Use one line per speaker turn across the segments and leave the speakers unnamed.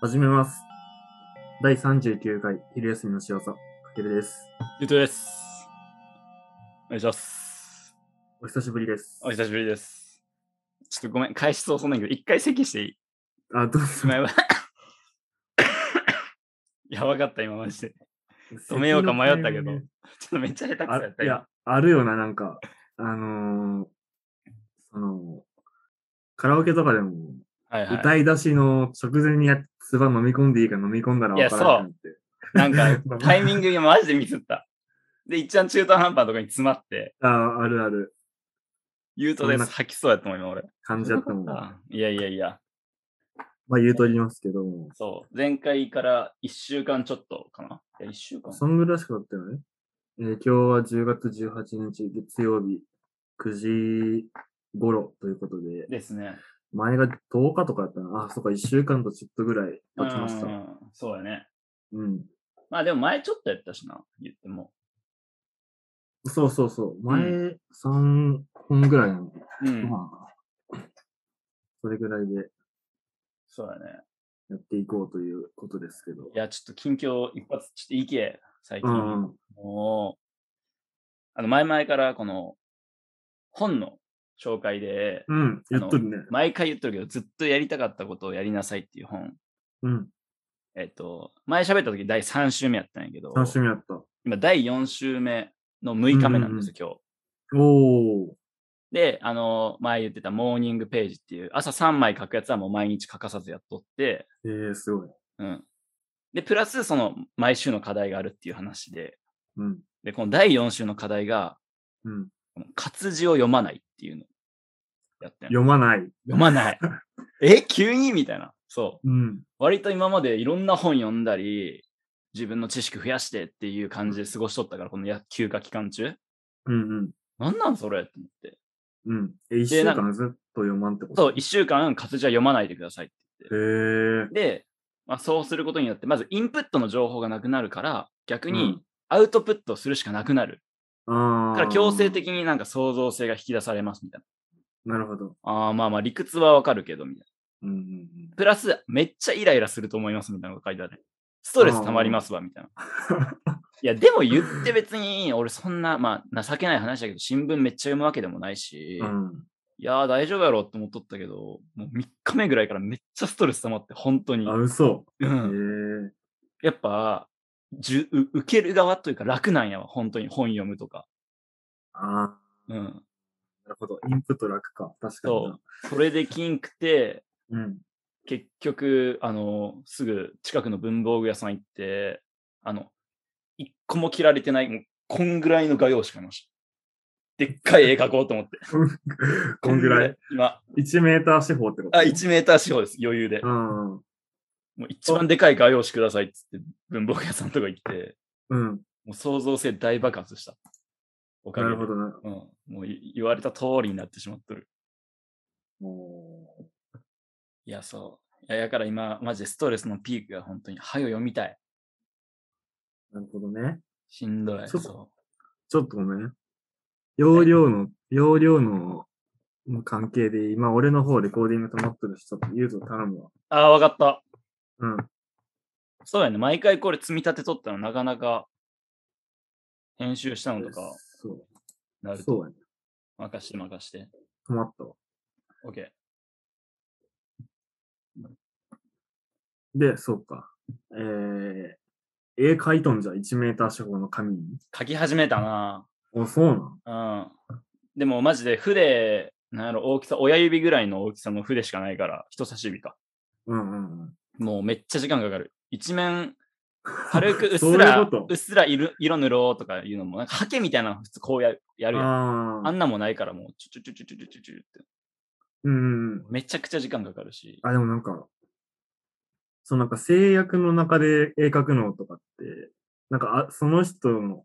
始めます。第39回昼休みの仕業、かけるです。
ゆうとです。お願いします。
お久しぶりです。
お久しぶりです。ちょっとごめん、開始早々なんだけど、一回席していい
あ、どうぞ。
今やば やばかった、今マジで。ち止めようか迷ったけどょっとめっちゃ下手くそ
あ
やった
い
よ
や。、あるよな、なんか、あのーその、カラオケとかでも、
はいは
歌い出しの直前にやつば飲み込んでいいか飲み込んだら
いや
わからんって
い。な んか、
なって。
タイミングがマジでミスった。で、いっちゃん中途半端とかに詰まって、
あ、あるある。
ゆうとで
そん
す。
な
吐きそうやったもん、今俺。
感じだったもん。ま
あいやいやいや、
あ言うとおりますけど、
そう。前回から1週間ちょっとかな。いや、1週間。
そんぐらいしかだったよね。えー今日は10月18日月曜日9時頃ということで、
ですね。
前が10日とかだったな。あ、そっか、1週間とちょっとぐらい経ちまし
う
た。
んそうやね。
うん。
まあでも前ちょっとやったしな、言っても。
そうそうそう。前
う
3本ぐらいなの。
うん。
まあ、それぐらいで
そうだね。
やっていこうということですけど
い。や、ちょっと近況一発、ちょっといけ、最
う
近。
んうん。
もう、あの、前々からこの、本の紹介で、
うん、言っとるね。
毎回言ってるけど、ずっとやりたかったことをやりなさいっていう本。
うん。
えっと、前喋った時第3週目やったんやけど、
楽しみやった。
今第4週目の6日目なんですよ、今日。
おー。
で、あの、前言ってたモーニングページっていう、朝3枚書くやつはもう毎日欠かさずやっとって、
えー、すごい。
うん。で、プラス、その、毎週の課題があるっていう話で、
うん。
で、この第4週の課題が、
うん。
この活字を読まないっていうの。やってん
読まない。
読ま ない。え、急にみたいな。そう。
うん。
割と今までいろんな本読んだり、自分の知識増やしてっていう感じで過ごしとったから、このや休暇期間中。
うんうん。
なんなんそれって思って。
うん。え、一週
なんか
間ずっと読まんってこと
そう、1週間活字は読まないでくださいって言って。
へえ。
で、まあ、そうすることによって、まずインプットの情報がなくなるから、逆
う
に
ん
アウトプットするしかなくなる。
あ
だ
あ。
から強制。的になんか創造性が引き出されますみたい
なるほど。
な。ああ、まあまあ理屈はわかるけど、みたいな。
うんうんうん。
プラス、めっちゃイライラすると思いますみたいなのが書いてある。ストレス溜まりますわ、みたいな。いや、でも言って別に、俺そんな、まあ情けない話だけど、新聞めっちゃ読むわけでもないし、
うん。
いやー大丈夫やろって思っとったけど、もう3日目ぐらいからめっちゃストレス溜まって、本当に
あ、。嘘。
う
へえ。
ん、やっぱ、じゅう受ける側というか楽なんやわ、本当に本読むとか。
ああ。
うん。
なるほど。インプット楽か。確かに
そ
な。
う。それでキンくて、
うん。
結局、あの、すぐ近くの文房具屋さん行って、あの、一個も切られてない、もうこんぐらいの画用紙買いました。でっかい絵描こうと思って。
こんぐらい。
今、
1メーター四方ってこと
あ、1メーター四方です、余裕で。
うん。
もう一番でかい画用紙くださいっつって、文房具屋さんとか行って、
うん。
もう創造性大爆発した。おか
な
げで。
るほどな。
うん。もうい言われた通りになってしまってる。
もう
いや、そう。いや、だから今、マジでストレスのピークが本当に、はよ読みたい。
なるほどね。
しんどい。
そ
そうう。
ちょっとごめん。容量の、容量の関係で、今俺の方レコーディング止まってるし、ちょっと言うと頼むわ。
ああ、わかった。
うん。
そうやね。毎回これ積み立てとったらなかなか編集したのとか
そう。
なる
そ
と
うやね。
任して任して。
止まったわ。
OK。
で、そうか。えー、絵描いとんじゃ、1メーター四方の紙に。
書き始めたな
お、そうなん。
うん。でもマジで筆、なんやろ、大きさ、親指ぐらいの大きさの筆しかないから、人差し指か。
うんうんうん。
もうめっちゃ時間かかる。一面、軽くうっ
そう
す
い
ら、
うこと
うっすら色色塗ろうとかいうのも、なんかハケみたいなの普通こうややるやん。
あ
あ
あ。
んなもないからもう、チュチュチュチュチュチュチュって。
うんうん。
めちゃくちゃ時間かかるし。
あ、でもなんか、そうなんか制約の中で絵描くのとかって、なんかあその人の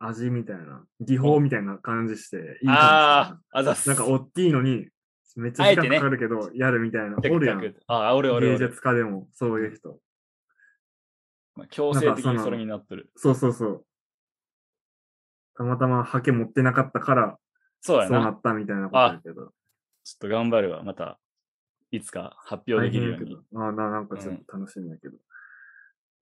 味みたいな、技法みたいな感じしていいかもしれない
ああ、あざっす。
なんかおっきいのに、めっちゃ
あえ
時
て
間
ね
かかるけど、やるみたいな。
テ
お
ク
る
テ
やん。
ク。あ、俺俺
芸
俺。
術家でも、そういう人。
まあ強制
なんか
的
その
にそれになってる。
そうそうそう。たまたまハケ持ってなかったから、
そうや
そうな
な。
ったみたいなことだけど。
ちょっと頑張るわ。また、いつか発表できるよう
大変
に
や。けど。ああ、な、なんかちょっと楽しみだけど。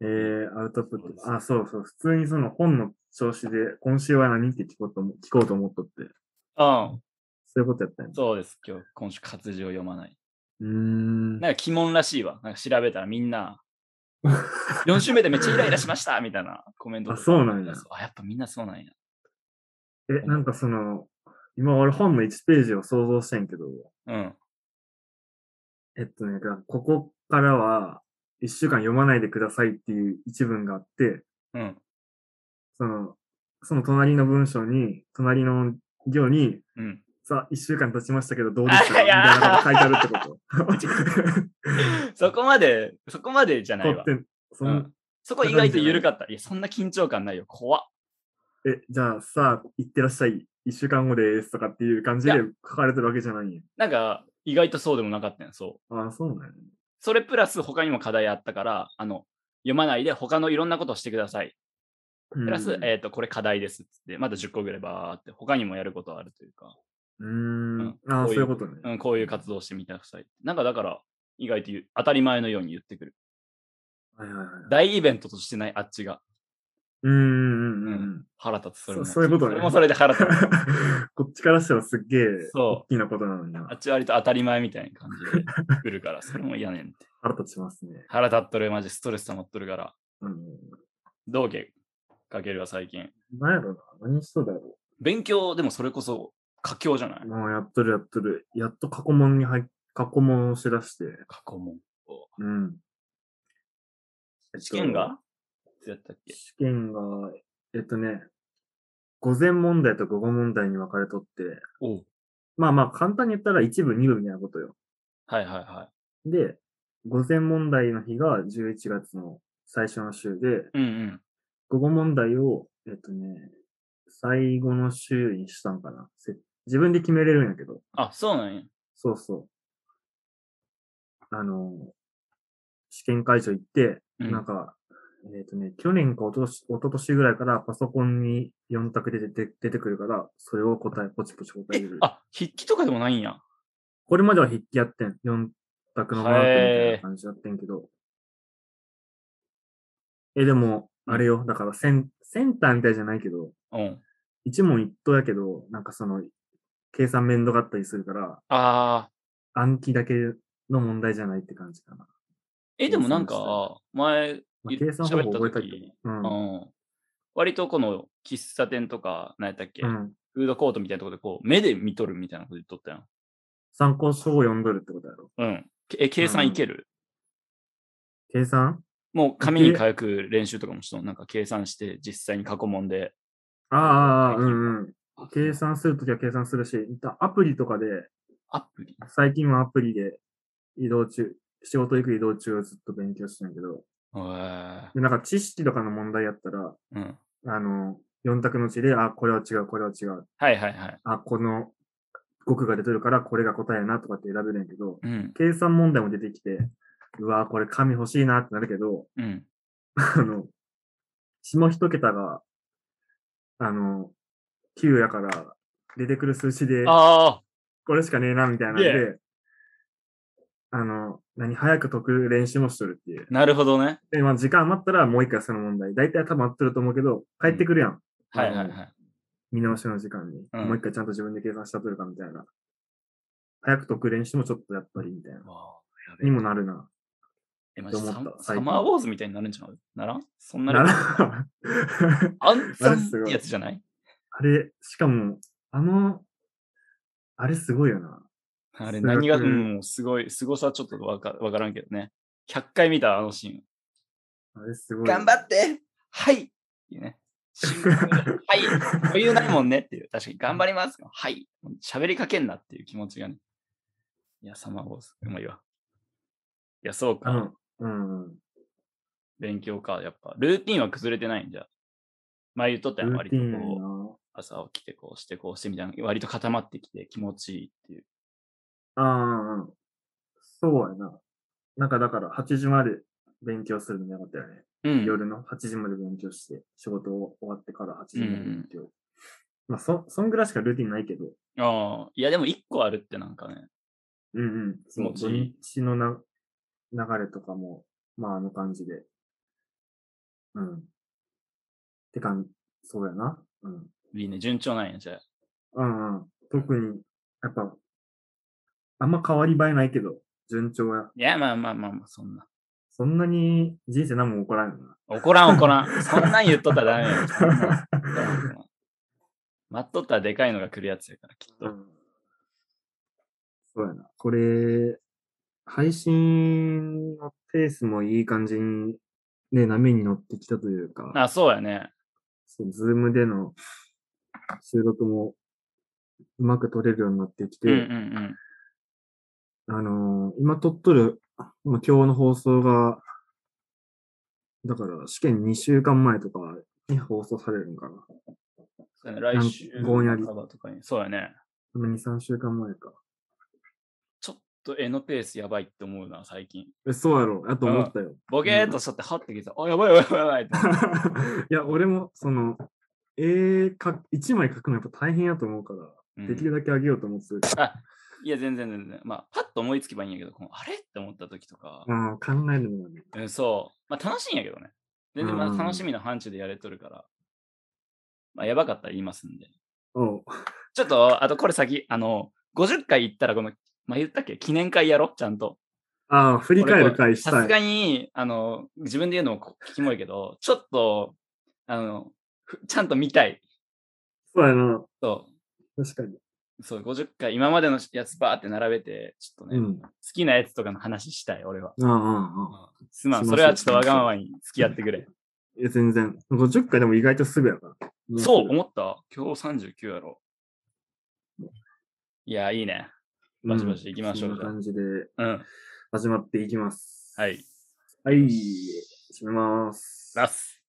えー、アウトプッ
そうです
ト。あ、そうそう。普通にその本の調子で、今週は何って聞こうと思聞こうと思っとって、
うん、
そういうことやったんや。
そうです。今日、今週活字を読まない。
うーん。
なんか鬼門らしいわ。なんか調べたらみ んな、4週目でめっちゃイライラしましたみたいなコメントとか。
あそうなんや
あ、やっぱみんなそうなんや。
え、なんかその、今俺本の1ページを想像してんけど、
うん。
えっとね、ここからは1週間読まないでくださいっていう一文があって、
うん。
その、その隣の文章に、隣の行に、
うん。
さあ、1週間経ちましたけどどうでしたか
あい
みたい
や
なこと書いてあるってこと。
そこまで、そこまでじゃない
取
わ
っ。て、そ
うんんそこ意外と緩かった。いや、そんな緊張感ないよ。怖っ。
え、じゃあさあ、行ってらっしゃい、1週間後ですとかっていう感じで
い
い
や
書かれてるわけじゃないんや。
なんか、意外とそうでもなかったんやそう。
ああ、そうなんやね。
それプラス他にも課題あったから、あの、読まないで他のいろんなことをしてください。
プ
プラス、
うん、
えっ、と、これ課題ですっつって、まだ10個ぐらいバーって、他にもやることあるというか、
うーん
うん
ああ、
こ
そう
いう
ういうことね。
うん、こういう活動をしてみてください。なんかだから、意外と言う当たり前のように言ってくる。
はいはいはい。
大イベントとしてないあっちが
うーんうんうんうん。
腹立つそれも。
そそういうことね
それもそれで腹立
こっちからしたらすっげえ 大
つ。そう。
きなことなのにな
あっち割と当たり前みたいな感じで来るから、それも嫌ねんって。
腹立ちますね。
腹立っとる、マジストレス溜まっとるから。
うん。
どうけかけるは最近。
何やろな何しとるだろ
勉強でもそれこそ佳境じゃないう
もうやっとるやっとる。やっと過去問に入っ、過去問をしだして。
過去問。
うん。えっと
試験がいつやったっけ
試験が、えっとね、午前問題と午後問題に分かれとって、
おう
まあまあ簡単に言ったら一部、二部みたいなことよ。
はいはいは
で、午前問題の日が11月の最初の週で、
い。うん
午後問題を、えっとね、最後の週にしたんかな。せ自分で決めれるんやけど。
あ、そうなんや。
そうそう。あの、試験会場行って、
うん
なんか、えっ、とね、去年かおととし、一昨年ぐらいからパソコンに4択で出て出てくるから、それを答え、ポチポチ答える。
あ、筆記とかでもないんや。
これまでは筆記やってん。4択のマークみたいな感じやってんけど。え、でも、あれよ。だからセン、センターみたいじゃないけど、
うん。
一問一答やけど、なんかその、計算面倒かったりするから、
あ
暗記だけの問題じゃないって感じかな。
ー。え、でもなん
計算
か、前、
まあ、
言
計算方法
喋った
覚えたい
時
けど。うん。
うん。割とこの喫茶店とか、何やったっけ、
うん。
フードコートみたいなところでこう、目で見とるみたいなこと言っとったやん。
参考書を読んどるってことやろ。
うん。けえ、計算いける、
計算
もう紙に書く練習とかもしとんなんか計算して、実際に過去問で。
ああああ、うんうん。計算するときは計算するし、だアプリとかで、
アプリ
最近はアプリで移動中、仕事行く移動中をずっと勉強してんだけど、
へー
でなんか知識とかの問題やったら、
うん。
あの、4択のうちで、あ、これは違う、これは違う、
はいはいはい。
あ、この語句が出てるからこれが答えやなとかって選べるんやけど、
うん。
計算問題も出てきて、うわ、これ紙欲しいなってなるけど、
うん。
あの、下一桁が、あの、9やから、出てくる数字で、
あ
これしかねえな、みたいなんで
いえ、
あの、何、早く解く練習もしとるっていう。
あ、なるほどね。
で、まあ、時間余ったらもう一回その問題。大体多分合ってると思うけど、帰ってくるやん。
はいはいはい。
見直しの時間に。
うん
もう一回ちゃんと自分で計算したとるか、みたいな。早く解く練習もちょっとやったり、みたいな。
わあやべえ
にもなるな。
え、マジ
って
サ
思った
マ
最
サ
近
マーウォーズみたいになるんちゃうならんそんな
な
レベル
ら
あんざん
すご
っ
い
てやつじゃない
あれ、しかも、あの、あれすごいよな。
あれ、
数学
何が、うん、すごい、すごさはちょっとわかわからんけどね。100回見たあのシーン。
あれすごい。
頑張ってはいっていうね。シンプルではい余裕ないもんねっていう。確かに頑張りますよ。はい喋りかけんなっていう気持ちがね。いや、サマーウォーズ、うまいわ。いや、そうか。
うん。うん。
勉強か、やっぱ。ルーティンは崩れてないんじゃ。前言っとったやん、
ル
割
ーテ
と
ィンや
こう、
な。
朝起きてこうしてこうしてみたいな、割と固まってきて気持ちいいっていう。
ああ、そうやな。なんかだから8時まで勉強するのやかったよね。
うん。
夜の8時まで勉強して、仕事を終わってから8時まで勉強。まあ、そ、そんぐらいしかルーティンないけど、
ああ、いやでも一個あるってなんかね、
うんうん。そう、
気持
土
ちいい
日のな流れとかも、まああの感じで。うん。てかん、そうやな。うん。
いいね、順調なんや、じゃ
う
あ。
んうん。特に、やっぱ、あんま変わり映えないけど、順調や。
いや、まあまあまあまあ、そんな。
そんなに人生何も起こらんよな。
怒らん怒ら ん。そんなん言っとったらダメよ。そんなん怒らん怒らん待っとったらでかいのが来るやつやから、きっ
う
と。
ん。そうやな。これ、配信のペースもいい感じに、ね、波に乗ってきたというか。
あ、そうやね。
そう、ズームでの収録もうまく撮れるようになってきて、
うんうんうん。
あのー今撮っとる、まあ、今日の放送が、だから試験2週間前とかに放送されるんかな。
そうやね来週
なんぼんやり
半ばとかに。そうやね。
2、3週間前か。
ちょっと絵のペースやばいって思うな、最近。
え、そうやろ、やと思ったよ。
ボケーっとしとって、はってきて、あ、やばいやばいやばいって。
いや、俺も、その、絵か、1枚描くのやっぱ大変やと思うから、
うん
できるだけあげようと思ってる。
あいや、全然全然。まあ、パッと思いつけばいいんやけど、このあれって思った時とか、
うん、考えるのがね。
うん、そう。まあ、楽しいんやけどね。全然ま
うん
だ楽しみの範疇でやれとるから。まあ、やばかったら言いますんで。
おう。
ちょっと、あとこれ先、あの、50回行ったら、この、まあ、言ったっけ記念会やろちゃんと。
ああ、振り返
俺
る
これ
回し
さ
た
す
い。
がに、あの、自分で言うのもこキモいけど、ちょっと、あの、ふちゃんと見たい。
そうやな。
そ
確かに。
う。そう、50回、今までのやつバーって並べて、ちょっとね、
う
好
ん。
きなやつとかの話したい、俺は。
ああ、ああ、ああ。
すま
すいませ
ん、
ん
それはちょっとわがままに付き合ってくれ。
いや、全然。50回でも意外とすぐやから。
そう、
ん
思った今日39やろ。いや、いいね。バシバシ行きましょう
そんな感じで
うん。
始まっていきます。
はい。
はい。閉めます。
ラス。